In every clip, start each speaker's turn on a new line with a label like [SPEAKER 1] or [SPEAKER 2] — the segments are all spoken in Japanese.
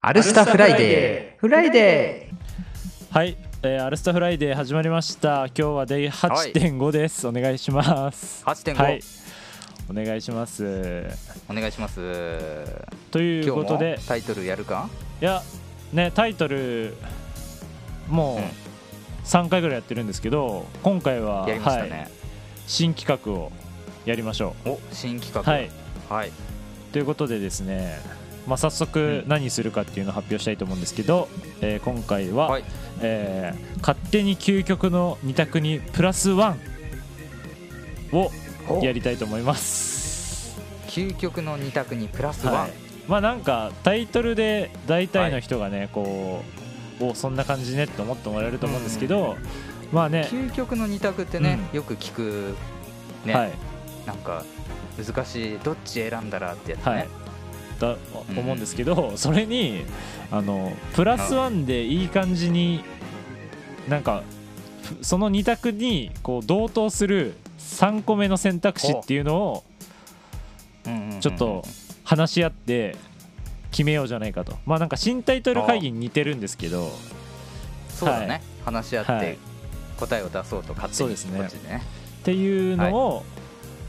[SPEAKER 1] アルスタフライデー。フライデ
[SPEAKER 2] はい、えー、アルスタフライデー始まりました。今日はデイ8.5です、お願いします。
[SPEAKER 1] 8.5
[SPEAKER 2] はい、お願いします。
[SPEAKER 1] ー。お願いします。
[SPEAKER 2] という
[SPEAKER 1] 今日
[SPEAKER 2] こと
[SPEAKER 1] も
[SPEAKER 2] で、
[SPEAKER 1] タイトルやるか。
[SPEAKER 2] いやねタイトルもう
[SPEAKER 1] うん
[SPEAKER 2] 3回ぐらいやってるんですけど、今回は、
[SPEAKER 1] やりました
[SPEAKER 2] はい
[SPEAKER 1] ね。
[SPEAKER 2] 新企画をやりましょ
[SPEAKER 1] お、新企画。
[SPEAKER 2] う。はい。、
[SPEAKER 1] はい。
[SPEAKER 2] ということでですね。まあ、早速
[SPEAKER 1] うん
[SPEAKER 2] 何するかっていうのを発表したいと思うんですけど、えー今回は、
[SPEAKER 1] はい
[SPEAKER 2] えー勝手に究極の2択にプラスワンを
[SPEAKER 1] お
[SPEAKER 2] やりたいと思います。
[SPEAKER 1] 究極の二択にプラスワ
[SPEAKER 2] は
[SPEAKER 1] ン
[SPEAKER 2] い。、まあなんかタイトルで大体の人がね、こうおそんな感じねって思ってもらえると思うんですけど、まあね
[SPEAKER 1] 究極の二択ってね、よく聞く。ね、
[SPEAKER 2] はい
[SPEAKER 1] なんか。難しい、どっち選んだらってやつね。
[SPEAKER 2] はい、だ
[SPEAKER 1] うん
[SPEAKER 2] 思うんですけど、それにあのプラスワンでいい感じになんかふその2択にこう同等する3個目の選択肢っていうのを
[SPEAKER 1] うんうんうん
[SPEAKER 2] ちょっと。話し合って決めようじゃないかとまあなんか新タイトル会議に似てるんですけど
[SPEAKER 1] そうだね、
[SPEAKER 2] はい
[SPEAKER 1] 話し合っ
[SPEAKER 2] は
[SPEAKER 1] て
[SPEAKER 2] い。
[SPEAKER 1] 答えを出そうと勝手
[SPEAKER 2] そう
[SPEAKER 1] に
[SPEAKER 2] ですね
[SPEAKER 1] こっちでね。
[SPEAKER 2] っていうのを、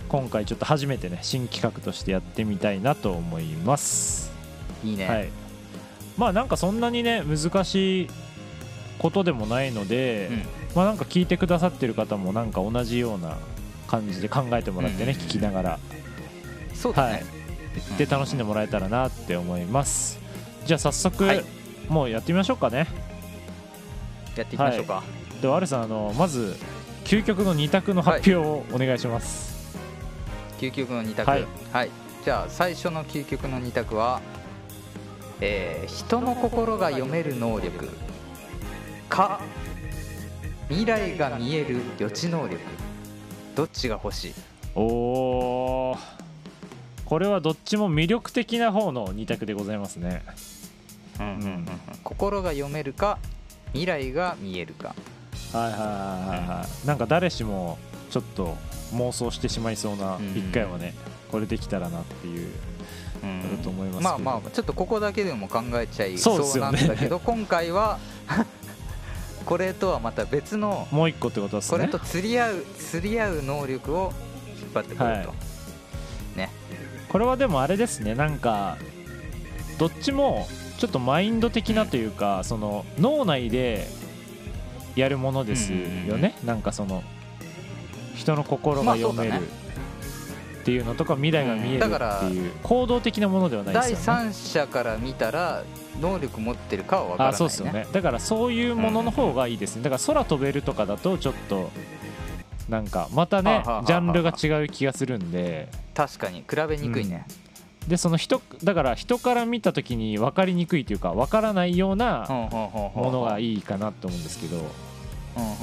[SPEAKER 2] 今回ちょっと初めてね新企画としてやってみたいなと思います、
[SPEAKER 1] いいね。
[SPEAKER 2] はいまあなんかそんなにね難しいことでもないので、
[SPEAKER 1] うん
[SPEAKER 2] まあなんか聞いてくださってる方もなんか同じような感じで考えてもらってね、
[SPEAKER 1] うんうんうん
[SPEAKER 2] 聞きながら
[SPEAKER 1] そうだね。
[SPEAKER 2] はいで楽しんでもらえたらなって思いますじゃあ早速、
[SPEAKER 1] はい
[SPEAKER 2] もうやってみましょうかね
[SPEAKER 1] やっていきましょうか。
[SPEAKER 2] ではアルさんあのまず究極の2択の発表をお願いします、
[SPEAKER 1] 究極の二択は
[SPEAKER 2] はいい、
[SPEAKER 1] じゃあ最初の究極の二択は、えー人の心が読める能力か未来が見える予知能力どっちが欲しい
[SPEAKER 2] おーこれはどっちも魅力的な方の2択でございますねんうんうん
[SPEAKER 1] 心が読めるか未来が見えるか
[SPEAKER 2] はいはいはいはいはいなんか誰しもちょっと妄想してしまいそうな
[SPEAKER 1] うん
[SPEAKER 2] 1回はねこれできたらなっていうだと思いますけど
[SPEAKER 1] まあまあちょっとここだけでも考えちゃい
[SPEAKER 2] そうで
[SPEAKER 1] そ
[SPEAKER 2] す
[SPEAKER 1] うな
[SPEAKER 2] よ
[SPEAKER 1] ん
[SPEAKER 2] ね
[SPEAKER 1] だけど、 今回はこれとはまた別の
[SPEAKER 2] もう1個ってことです
[SPEAKER 1] これ
[SPEAKER 2] ね
[SPEAKER 1] と釣り合う釣り合う能力を引っ張ってくると、
[SPEAKER 2] はいこれはでもあれですねなんかどっちもちょっとマインド的なというかその脳内でやるものですよねなんかその人の心が読め
[SPEAKER 1] まあ
[SPEAKER 2] る
[SPEAKER 1] そう
[SPEAKER 2] っていうのとか未来が見える
[SPEAKER 1] うんだから
[SPEAKER 2] っていう行動的なものではないですよ
[SPEAKER 1] 第
[SPEAKER 2] ね
[SPEAKER 1] 三者から見たら能力持ってるかは分からない、
[SPEAKER 2] あ
[SPEAKER 1] ね、
[SPEAKER 2] そうですよねだからそういうものの方がいいですねだから空飛べるとかだとちょっとなんかまた
[SPEAKER 1] はあ
[SPEAKER 2] ね
[SPEAKER 1] はあはあ
[SPEAKER 2] ジャンルが違う気がするんで
[SPEAKER 1] 確かに比べにくいね、
[SPEAKER 2] でその人だから人から見た時に分かりにくいというか分からないような
[SPEAKER 1] も
[SPEAKER 2] ものが
[SPEAKER 1] い、
[SPEAKER 2] いいかなと思うんですけど
[SPEAKER 1] うんうんうんうん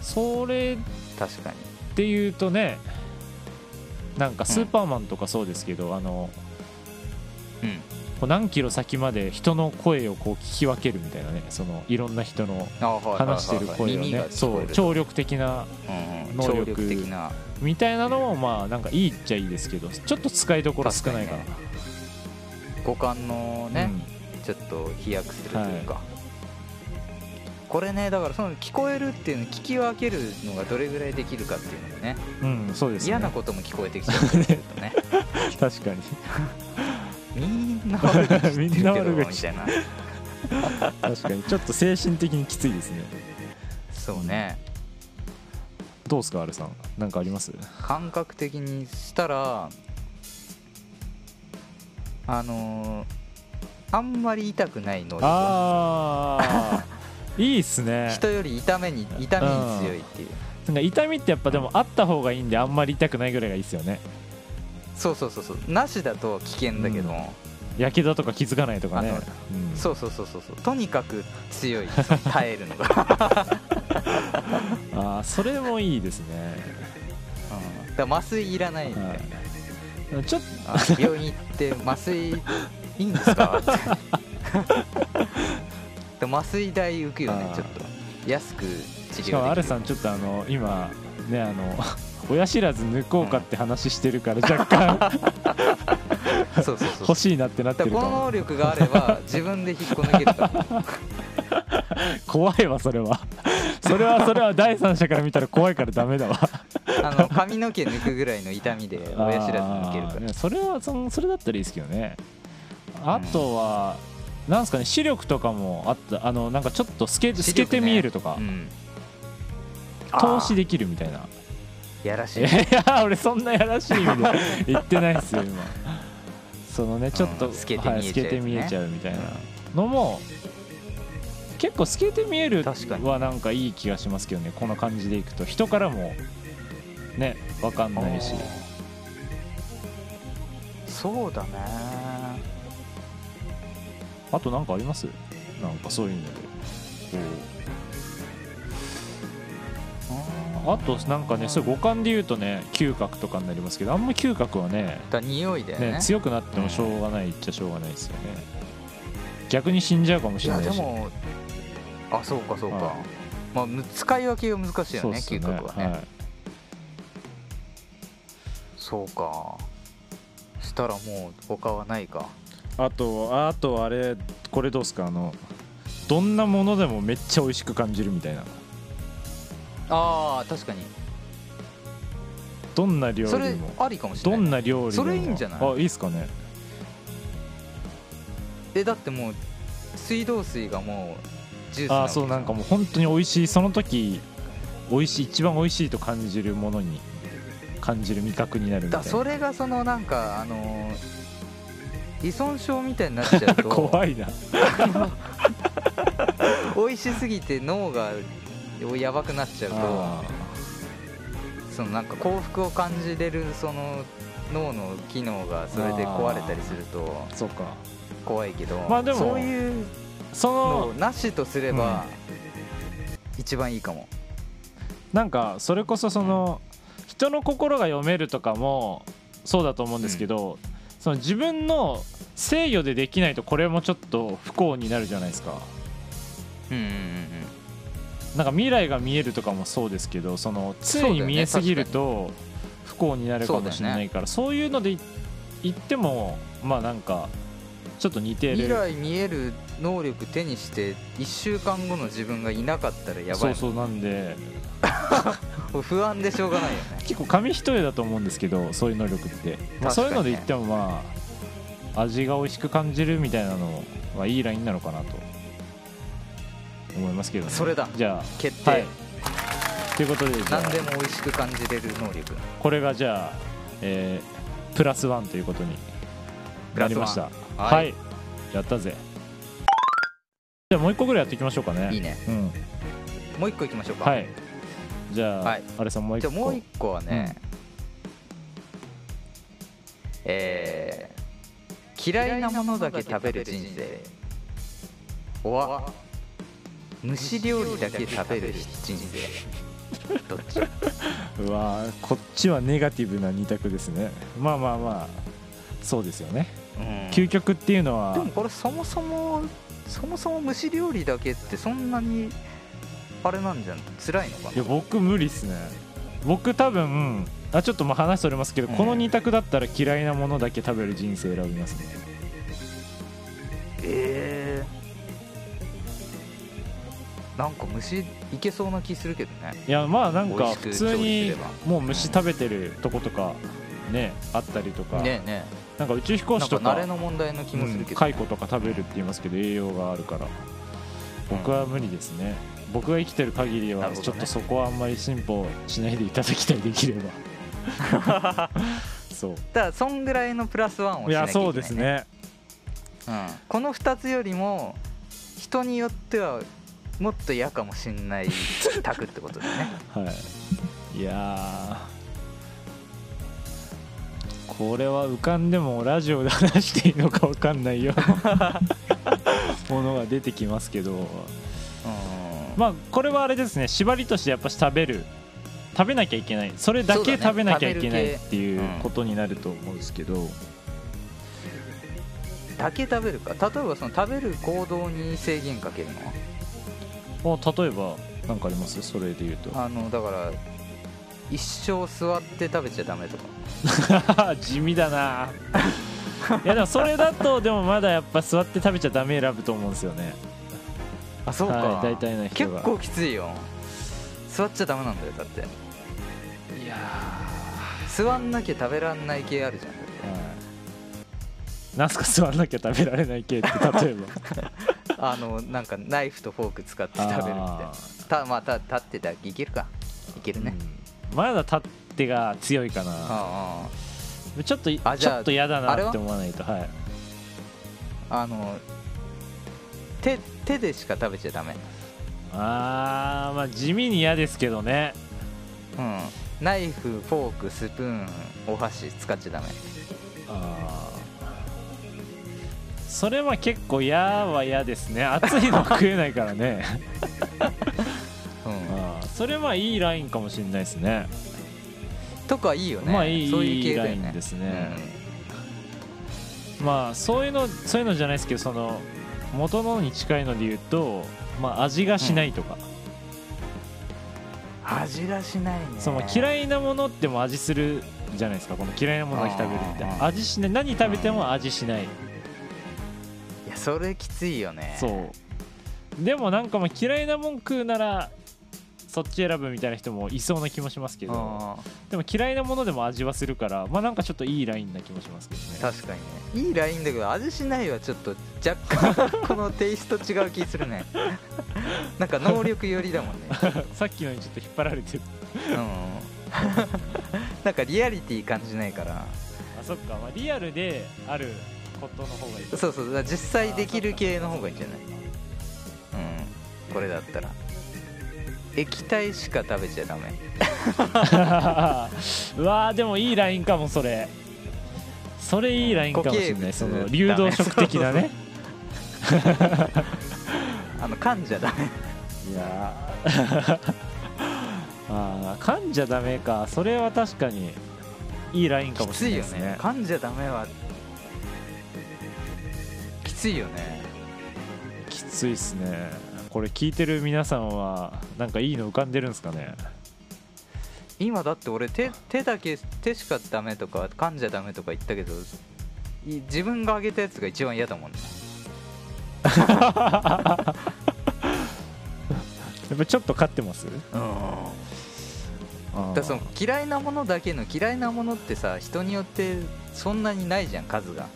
[SPEAKER 2] それ
[SPEAKER 1] 確かに
[SPEAKER 2] っていうとねなんかスーパーマンとかそうですけどあの
[SPEAKER 1] うん
[SPEAKER 2] こう何キロ先まで人の声をこう聞き分けるみたいなねそのいろんな人の
[SPEAKER 1] あはいはいはいはい
[SPEAKER 2] 話してる声を
[SPEAKER 1] 耳が
[SPEAKER 2] ね
[SPEAKER 1] 聞
[SPEAKER 2] そ
[SPEAKER 1] こえ
[SPEAKER 2] う
[SPEAKER 1] る
[SPEAKER 2] 聴力的な
[SPEAKER 1] うんうん
[SPEAKER 2] 能
[SPEAKER 1] 聴
[SPEAKER 2] 力
[SPEAKER 1] 力的な
[SPEAKER 2] みたいなのもまあなんかいいっちゃいいですけどちょっと使いどころ少ないかな
[SPEAKER 1] 確五感のね、ちょっと飛躍するというか、これねだからその聞こえるっていうの聞き分けるのがどれぐらいできるかっていうのがね
[SPEAKER 2] うん、うん、そうですね
[SPEAKER 1] 嫌なことも聞こえてきちゃうと ね
[SPEAKER 2] 確かに
[SPEAKER 1] みんな悪口言ってるけ
[SPEAKER 2] み
[SPEAKER 1] ど
[SPEAKER 2] んな悪口
[SPEAKER 1] みたいな
[SPEAKER 2] 確かにちょっと精神的にきついですね
[SPEAKER 1] そうね
[SPEAKER 2] どうですかアルさんなんかあります
[SPEAKER 1] 感覚的にしたらあのーあんまり痛くない能力
[SPEAKER 2] あーいいっすね
[SPEAKER 1] 人より痛めに痛みに強いっていう
[SPEAKER 2] なんか痛みってやっぱでもあった方がいいんであんまり痛くないぐらいがいいっすよね
[SPEAKER 1] そうそうそうそうなしだと危険だけど、
[SPEAKER 2] うやけどとか気づかないとかね
[SPEAKER 1] あ、
[SPEAKER 2] うん
[SPEAKER 1] そうそうそうそうそうとにかく強いその耐える のが、
[SPEAKER 2] あーそれもいいですね、
[SPEAKER 1] うん、だから麻酔いらないんで、
[SPEAKER 2] はい、ちょっと
[SPEAKER 1] あ病院行って麻酔いいんです かってで麻酔代浮くよね
[SPEAKER 2] あー
[SPEAKER 1] ちょっと安く治療できる
[SPEAKER 2] しかもアルさんちょっとあの今ねあの 親知らず抜こうかって話してる から若干
[SPEAKER 1] そうそうそう
[SPEAKER 2] 欲しいなってなって
[SPEAKER 1] だか
[SPEAKER 2] る
[SPEAKER 1] ら
[SPEAKER 2] か
[SPEAKER 1] この
[SPEAKER 2] も
[SPEAKER 1] 能力があれ ば自分で引っこ抜けるから
[SPEAKER 2] 怖いわそれは それはそれは第三者から見たら怖いからダメだわ
[SPEAKER 1] あの髪の毛抜くぐらいの痛みで親知らず抜けるか
[SPEAKER 2] あー
[SPEAKER 1] ら
[SPEAKER 2] ねそれはそのそれだったらいいですけどねあとは、なんですかね視力とかもあったあのなんかちょっと透け,、
[SPEAKER 1] 視力
[SPEAKER 2] 透
[SPEAKER 1] ね
[SPEAKER 2] けて見えるとか、
[SPEAKER 1] うん
[SPEAKER 2] 投資できるみたいな
[SPEAKER 1] やらし
[SPEAKER 2] い
[SPEAKER 1] い
[SPEAKER 2] やいや俺そんなやらしい意味で言ってないですよ今そのねちょっと、
[SPEAKER 1] うん透けて見えちゃうやつね
[SPEAKER 2] はい透けて見えちゃうみたいなのも結構透けて見える
[SPEAKER 1] 確かに
[SPEAKER 2] はなんかいい気がしますけどねこの感じでいくと人からもね分かんないし
[SPEAKER 1] そうだね
[SPEAKER 2] あとなんかありますなんかそういうのであとなんかねそう五感で言うとね嗅覚とかになりますけどあんま嗅覚はね
[SPEAKER 1] だ匂いだよね
[SPEAKER 2] ね強くなってもしょうがないっちゃしょうがないですよね逆に死んじゃうかもし
[SPEAKER 1] い
[SPEAKER 2] れな
[SPEAKER 1] や
[SPEAKER 2] いし
[SPEAKER 1] でもあそうかそうか、
[SPEAKER 2] は
[SPEAKER 1] まあむ、使い分けが難しいよね
[SPEAKER 2] っす
[SPEAKER 1] 嗅覚はね、
[SPEAKER 2] はい
[SPEAKER 1] そうかしたらもう他はないか
[SPEAKER 2] あとああとあれこれどうですかあのどんなものでもめっちゃ美味しく感じるみたいな
[SPEAKER 1] あー確かに
[SPEAKER 2] どんな料
[SPEAKER 1] そ
[SPEAKER 2] 理
[SPEAKER 1] れ
[SPEAKER 2] も
[SPEAKER 1] ありかもしれ
[SPEAKER 2] ど
[SPEAKER 1] ない
[SPEAKER 2] んな料理で
[SPEAKER 1] そ
[SPEAKER 2] も
[SPEAKER 1] れいいんじゃない
[SPEAKER 2] あいいっすかね
[SPEAKER 1] えだってもう水道水がもうジュース
[SPEAKER 2] あそうなんかもう本当に美味しいその時美味しい一番美味しいと感じるものに感じる味覚になるみたい
[SPEAKER 1] だ
[SPEAKER 2] な
[SPEAKER 1] それがそのなんかあのー依存症みたいになっちゃうと
[SPEAKER 2] 怖いな
[SPEAKER 1] 美味しすぎて脳がやばくなっちゃう
[SPEAKER 2] あ
[SPEAKER 1] とそのなんか幸福を感じれるその脳の機能がそれで壊れたりすると
[SPEAKER 2] ーそうか
[SPEAKER 1] 怖いけど、
[SPEAKER 2] まあでも
[SPEAKER 1] そういう
[SPEAKER 2] そ
[SPEAKER 1] のを
[SPEAKER 2] の
[SPEAKER 1] なしとすれば、一番いいかも
[SPEAKER 2] なんかそれこそその人の心が読めるとかもそうだと思うんですけど、その自分の制御でできないとこれもちょっと不幸になるじゃないですか
[SPEAKER 1] うんうん
[SPEAKER 2] なんか未来が見えるとかもそうですけどその
[SPEAKER 1] そうだよ
[SPEAKER 2] 常
[SPEAKER 1] ね
[SPEAKER 2] に見えすぎると不幸になるかもしれないからそう,、いうのでい言ってもまあなんかちょっと似て
[SPEAKER 1] うん
[SPEAKER 2] る
[SPEAKER 1] 未来見える能力手にして1週間後の自分がいなかったらやばい
[SPEAKER 2] そうそうなんで
[SPEAKER 1] もう不安でしょうがないよね
[SPEAKER 2] 結構紙一重だと思うんですけどそういう能力って、
[SPEAKER 1] 確
[SPEAKER 2] まあ、
[SPEAKER 1] かにね
[SPEAKER 2] そういうので言ってもまあ味が美味しく感じるみたいなのはいいラインなのかなと思いますけどね
[SPEAKER 1] それだ
[SPEAKER 2] じゃ
[SPEAKER 1] 決定、
[SPEAKER 2] あはいということでじゃ
[SPEAKER 1] 何でも
[SPEAKER 2] あ
[SPEAKER 1] 美味しく感じれる能力
[SPEAKER 2] これがじゃあ、えープラスワンということに
[SPEAKER 1] プラ
[SPEAKER 2] なり
[SPEAKER 1] スワン
[SPEAKER 2] ましたはい、
[SPEAKER 1] はい
[SPEAKER 2] やったぜじゃあもう一個ぐらいやっていきましょうかね
[SPEAKER 1] いいね
[SPEAKER 2] うん
[SPEAKER 1] もう一個いきましょうか、
[SPEAKER 2] はいじゃあ、
[SPEAKER 1] はい
[SPEAKER 2] あれさんもう一
[SPEAKER 1] じゃ
[SPEAKER 2] 個
[SPEAKER 1] あもう一個はね、えー嫌いなものだけ食べる人生おわ蒸し料理だけ食べる人生どっ ち
[SPEAKER 2] うわーこっちはネガティブな二択ですねまあまあまあそうですよね、
[SPEAKER 1] うん
[SPEAKER 2] 究極っていうのは
[SPEAKER 1] でもこれそもそもそもそも蒸し料理だけってそんなにあれなんじゃん辛いのか
[SPEAKER 2] いや僕無理っすね僕多分あちょっとまあ話それますけど、
[SPEAKER 1] うん
[SPEAKER 2] この二択だったら嫌いなものだけ食べる人生選びますね
[SPEAKER 1] えー、なんか虫いけそうな気するけどね
[SPEAKER 2] いやまあなん
[SPEAKER 1] 美
[SPEAKER 2] か
[SPEAKER 1] 味しく
[SPEAKER 2] 普通
[SPEAKER 1] 調理す
[SPEAKER 2] に
[SPEAKER 1] れば
[SPEAKER 2] もう虫食べてるとことかねあったりとか、
[SPEAKER 1] ねえね
[SPEAKER 2] なんか宇宙飛
[SPEAKER 1] え
[SPEAKER 2] 行
[SPEAKER 1] なん
[SPEAKER 2] 士
[SPEAKER 1] か
[SPEAKER 2] と
[SPEAKER 1] 慣
[SPEAKER 2] か
[SPEAKER 1] れの問題の気もするけど、
[SPEAKER 2] 解雇とか食べるって言いますけど栄養があるから僕は無理ですね、僕が生きてる限り
[SPEAKER 1] な
[SPEAKER 2] は
[SPEAKER 1] るほ
[SPEAKER 2] ち
[SPEAKER 1] ど
[SPEAKER 2] ょっ
[SPEAKER 1] ね
[SPEAKER 2] とそこはあんまり進歩しないでいただきたいできれば
[SPEAKER 1] だ
[SPEAKER 2] そ
[SPEAKER 1] からそんぐらいのプラスワンを
[SPEAKER 2] う
[SPEAKER 1] しなき
[SPEAKER 2] い
[SPEAKER 1] ゃ
[SPEAKER 2] や
[SPEAKER 1] いけない、
[SPEAKER 2] そうです、ね
[SPEAKER 1] うん、この2つよりも人によってはもっと嫌かもしんない択ってことだよね
[SPEAKER 2] はいいやーこれは浮かんでもラジオで話していいのか分かんないようなものが出てきますけど
[SPEAKER 1] うん
[SPEAKER 2] まあこれはあれですね縛りとしてやっぱし食べる食べなきゃいけないそれだけ
[SPEAKER 1] そうだね
[SPEAKER 2] 食べなきゃいけないってい
[SPEAKER 1] 食
[SPEAKER 2] う
[SPEAKER 1] べる系うん
[SPEAKER 2] ことになると思うんですけど、
[SPEAKER 1] だけ食べるか例えばその食べる行動に制限かけるの
[SPEAKER 2] あ例えば何かありますそれで言うと
[SPEAKER 1] あのだから一生座って食べちゃダメとか
[SPEAKER 2] 地味 だないやでもそれだとでもまだやっぱ座って食べちゃダメ選ぶと思うんですよね
[SPEAKER 1] あそうか、
[SPEAKER 2] はい大体の人
[SPEAKER 1] 結
[SPEAKER 2] が
[SPEAKER 1] 構きついよ座っちゃダメなんだよだって
[SPEAKER 2] いや
[SPEAKER 1] 座んなきゃ食べらんない系あるじゃんだって
[SPEAKER 2] はいなんすか座んなきゃ食べられない系って 例えば
[SPEAKER 1] あのなんかナイフとフォーク使って食べるみたいな
[SPEAKER 2] あ
[SPEAKER 1] たまあた立ってたいけるかいけ
[SPEAKER 2] ー
[SPEAKER 1] るね、
[SPEAKER 2] うんまだ立ってが強いかな
[SPEAKER 1] あ
[SPEAKER 2] ちょっとち
[SPEAKER 1] あじゃあ
[SPEAKER 2] ょっと嫌だ
[SPEAKER 1] あれ
[SPEAKER 2] な
[SPEAKER 1] は
[SPEAKER 2] って思わないとはい
[SPEAKER 1] ああの手手でしか食べちゃダメ
[SPEAKER 2] あーまあ地味に嫌ですけどね
[SPEAKER 1] うんナイフフォークスプーンお箸使っちゃダメ
[SPEAKER 2] あーそれは結構嫌は嫌ですね熱いのは食えないからね
[SPEAKER 1] うん
[SPEAKER 2] あーそれはいいラインかもしれないですね
[SPEAKER 1] とかいいよね、
[SPEAKER 2] まあいい
[SPEAKER 1] そういう系だよ
[SPEAKER 2] ライ
[SPEAKER 1] ね
[SPEAKER 2] ンですねまあそういうのそういうのじゃないですけどその元のに近いので言うと、まあ、味がしないとか、
[SPEAKER 1] うん味がしないね
[SPEAKER 2] その
[SPEAKER 1] い
[SPEAKER 2] 嫌いなものっても味するじゃないですかこの嫌いなものを食べるみたい
[SPEAKER 1] あ
[SPEAKER 2] な
[SPEAKER 1] ー
[SPEAKER 2] 味しない何食べても味しない
[SPEAKER 1] やそれきついよね
[SPEAKER 2] そうでもなんかもう嫌いなもん食うならそっち選ぶみたいな人もいそうな気もしますけど
[SPEAKER 1] あ
[SPEAKER 2] でも嫌いなものでも味はするからまあなんかちょっといいラインな気もしますけ
[SPEAKER 1] ー
[SPEAKER 2] どね
[SPEAKER 1] 確かにねいいラインだけど味しないはちょっと若干このテイスト違う気するね なんか能力寄りだもんね
[SPEAKER 2] さっきのにちょっと引っ張られてる
[SPEAKER 1] うん なんかリアリティ感じないから
[SPEAKER 2] あそっか、まあ、リアルであることの方がいい
[SPEAKER 1] そうそうだから実際できる系の方がいいんじゃないうんこれだったら液体しか食べちゃダメ
[SPEAKER 2] うわーでもいいラインかもそれそれいいラインかもしれ
[SPEAKER 1] 固
[SPEAKER 2] な
[SPEAKER 1] 形
[SPEAKER 2] い
[SPEAKER 1] 物
[SPEAKER 2] その流動食的
[SPEAKER 1] ダ
[SPEAKER 2] なね
[SPEAKER 1] メあの噛んじゃダメ
[SPEAKER 2] いやー あー噛んじゃダメかそれは確かにいいラインか
[SPEAKER 1] き
[SPEAKER 2] もし
[SPEAKER 1] つ
[SPEAKER 2] れ
[SPEAKER 1] い
[SPEAKER 2] ない
[SPEAKER 1] よ
[SPEAKER 2] です
[SPEAKER 1] ね
[SPEAKER 2] ね
[SPEAKER 1] 噛んじゃダメはきついよね
[SPEAKER 2] きついっすねこれ聞いてる皆さんはなんかいいの浮かんでるんですかね
[SPEAKER 1] 今だって俺手手だけ手しかダメとか噛んじゃダメとか言ったけどい自分があげたやつが一番嫌だもんね
[SPEAKER 2] やっぱちょっと勝ってます
[SPEAKER 1] うんだか
[SPEAKER 2] あ
[SPEAKER 1] らその嫌いなものだけの嫌いなものってさ人によってそんなにないじゃん数が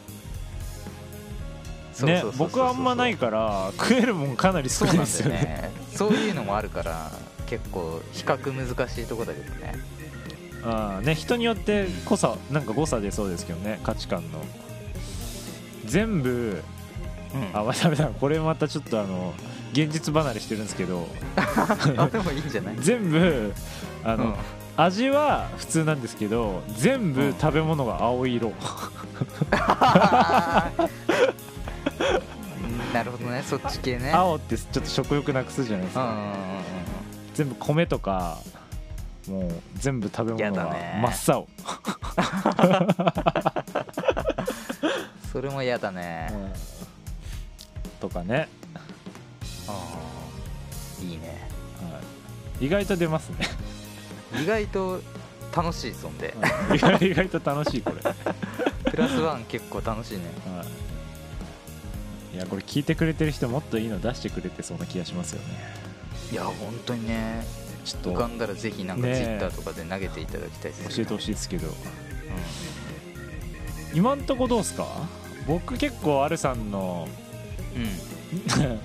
[SPEAKER 1] そう
[SPEAKER 2] ね
[SPEAKER 1] そうそうそう
[SPEAKER 2] 僕はあんまないから食えるもんかなり
[SPEAKER 1] そ
[SPEAKER 2] 少
[SPEAKER 1] う
[SPEAKER 2] ない
[SPEAKER 1] なん
[SPEAKER 2] で
[SPEAKER 1] だ
[SPEAKER 2] す
[SPEAKER 1] よ
[SPEAKER 2] よね
[SPEAKER 1] ねそういうのもあるから結構比較難しいとこだけどね
[SPEAKER 2] ああね人によって濃さなんか誤差出そうですけどね価値観の全部
[SPEAKER 1] うん
[SPEAKER 2] あまあダメだこれまたちょっとあの現実離れしてるんですけど
[SPEAKER 1] あでもいいんじゃない
[SPEAKER 2] 全部あの、
[SPEAKER 1] うん
[SPEAKER 2] 味は普通なんですけど全
[SPEAKER 1] う
[SPEAKER 2] 部
[SPEAKER 1] ん
[SPEAKER 2] 食べ物が青色、
[SPEAKER 1] うんなるほどねそっち系ね
[SPEAKER 2] 青ってちょっと食欲なくすじゃないです
[SPEAKER 1] うんう
[SPEAKER 2] か、
[SPEAKER 1] んうんうん
[SPEAKER 2] 全部米とかもう全部食べ
[SPEAKER 1] や
[SPEAKER 2] 物
[SPEAKER 1] だ
[SPEAKER 2] が
[SPEAKER 1] ね
[SPEAKER 2] 真っ青、
[SPEAKER 1] それも嫌だね
[SPEAKER 2] とかね、
[SPEAKER 1] うんいいね
[SPEAKER 2] はい、意外と出ますね
[SPEAKER 1] 意外と楽しいそんで
[SPEAKER 2] 意外意外と楽しいこれ
[SPEAKER 1] プラスワン結構楽しいね
[SPEAKER 2] はい、いやこれ聞いてくれてる人もっといいの出してくれてそうな気がしますよね
[SPEAKER 1] いや本当にね
[SPEAKER 2] ちょっと
[SPEAKER 1] 浮か
[SPEAKER 2] 教
[SPEAKER 1] んだらぜひなんか
[SPEAKER 2] ねえ
[SPEAKER 1] ツイッターとかで投げていただきたいです、
[SPEAKER 2] えてほしいですけど今んとこどうですか僕結構アルさんの
[SPEAKER 1] うん、うん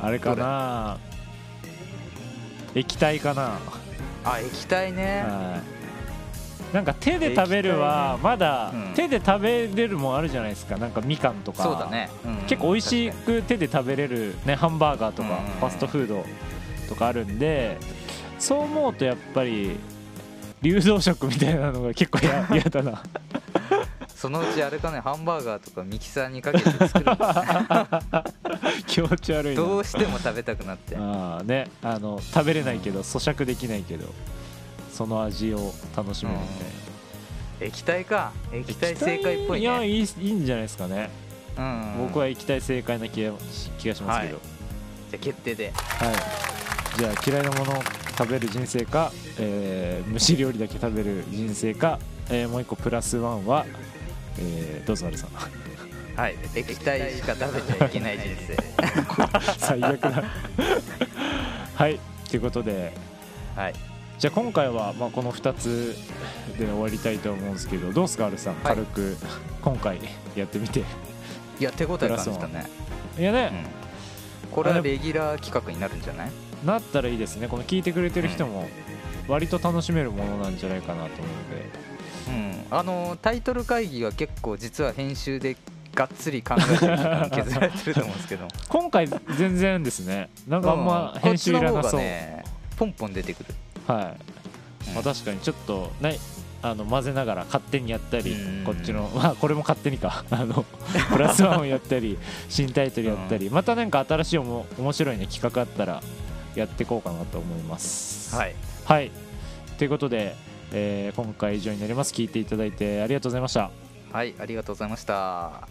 [SPEAKER 2] あれかな液体かな、
[SPEAKER 1] あ液体ね
[SPEAKER 2] はい、なんか手で食べるは
[SPEAKER 1] 液体ね
[SPEAKER 2] まだ
[SPEAKER 1] うん
[SPEAKER 2] 手で食べれるもんあるじゃないですかなんかみかんとか
[SPEAKER 1] そうだね、うん
[SPEAKER 2] 結構美味し
[SPEAKER 1] 確
[SPEAKER 2] く手で食べれる、ね、ハンバーガーとか
[SPEAKER 1] うん
[SPEAKER 2] ファストフードとかあるんでそう思うとやっぱり流動食みたいなのが結構 や嫌だな
[SPEAKER 1] かにそのうちあれかねハンバーガーとかミキサーにかけて作る
[SPEAKER 2] 気持ち悪い
[SPEAKER 1] ど
[SPEAKER 2] な
[SPEAKER 1] うしても食べたくなって
[SPEAKER 2] あー、ね、あの食べれないけど咀嚼できないけどその味を楽しめるみたいな
[SPEAKER 1] 液体か液体正解っぽい
[SPEAKER 2] 液体や
[SPEAKER 1] ね
[SPEAKER 2] いいいいんじゃないですかね、
[SPEAKER 1] うん、
[SPEAKER 2] 僕は液体正解な気が気がしますけど、
[SPEAKER 1] じゃあ決定で
[SPEAKER 2] はい、じゃあ嫌いなもの食べる人生か、えー、蒸し料理だけ食べる人生か、えー、もう一個プラスワンは、えー、どうぞある さん
[SPEAKER 1] はい液体しか食べちゃいけない人生
[SPEAKER 2] 最悪だはいということで
[SPEAKER 1] はい
[SPEAKER 2] じゃあ今回はまあこの2つで終わりたいと思うんですけどどうですかアルさん、軽く今回やってみて
[SPEAKER 1] いや手応え感じたね
[SPEAKER 2] いやね、
[SPEAKER 1] うんこれはレギュラー企画になるんじゃない
[SPEAKER 2] なったらいいですねこの聞いてくれてる人も割と楽しめるものなんじゃないかなと思うので
[SPEAKER 1] うんあのタイトル会議が結構実は編集でがっつり考えてる時間削られてると思うんですけ ど
[SPEAKER 2] 今回全然ですねなんかあんま編集いらな
[SPEAKER 1] こっち
[SPEAKER 2] そ
[SPEAKER 1] の方が
[SPEAKER 2] う、
[SPEAKER 1] ねポンポン出てくる
[SPEAKER 2] はいまあ、確かにちょっとないあの混ぜながら勝手にやったり
[SPEAKER 1] うん
[SPEAKER 2] こっちの、まあ、これも勝手にか あのプラスワンをやった り新タイトルやったり、またなんか新しいおも面白い、ね、企画あったらやっていこうかなと思います。
[SPEAKER 1] はい
[SPEAKER 2] はい、ということで、えー今回以上になります聞いていただいてありがとうございました。
[SPEAKER 1] はいありがとうございました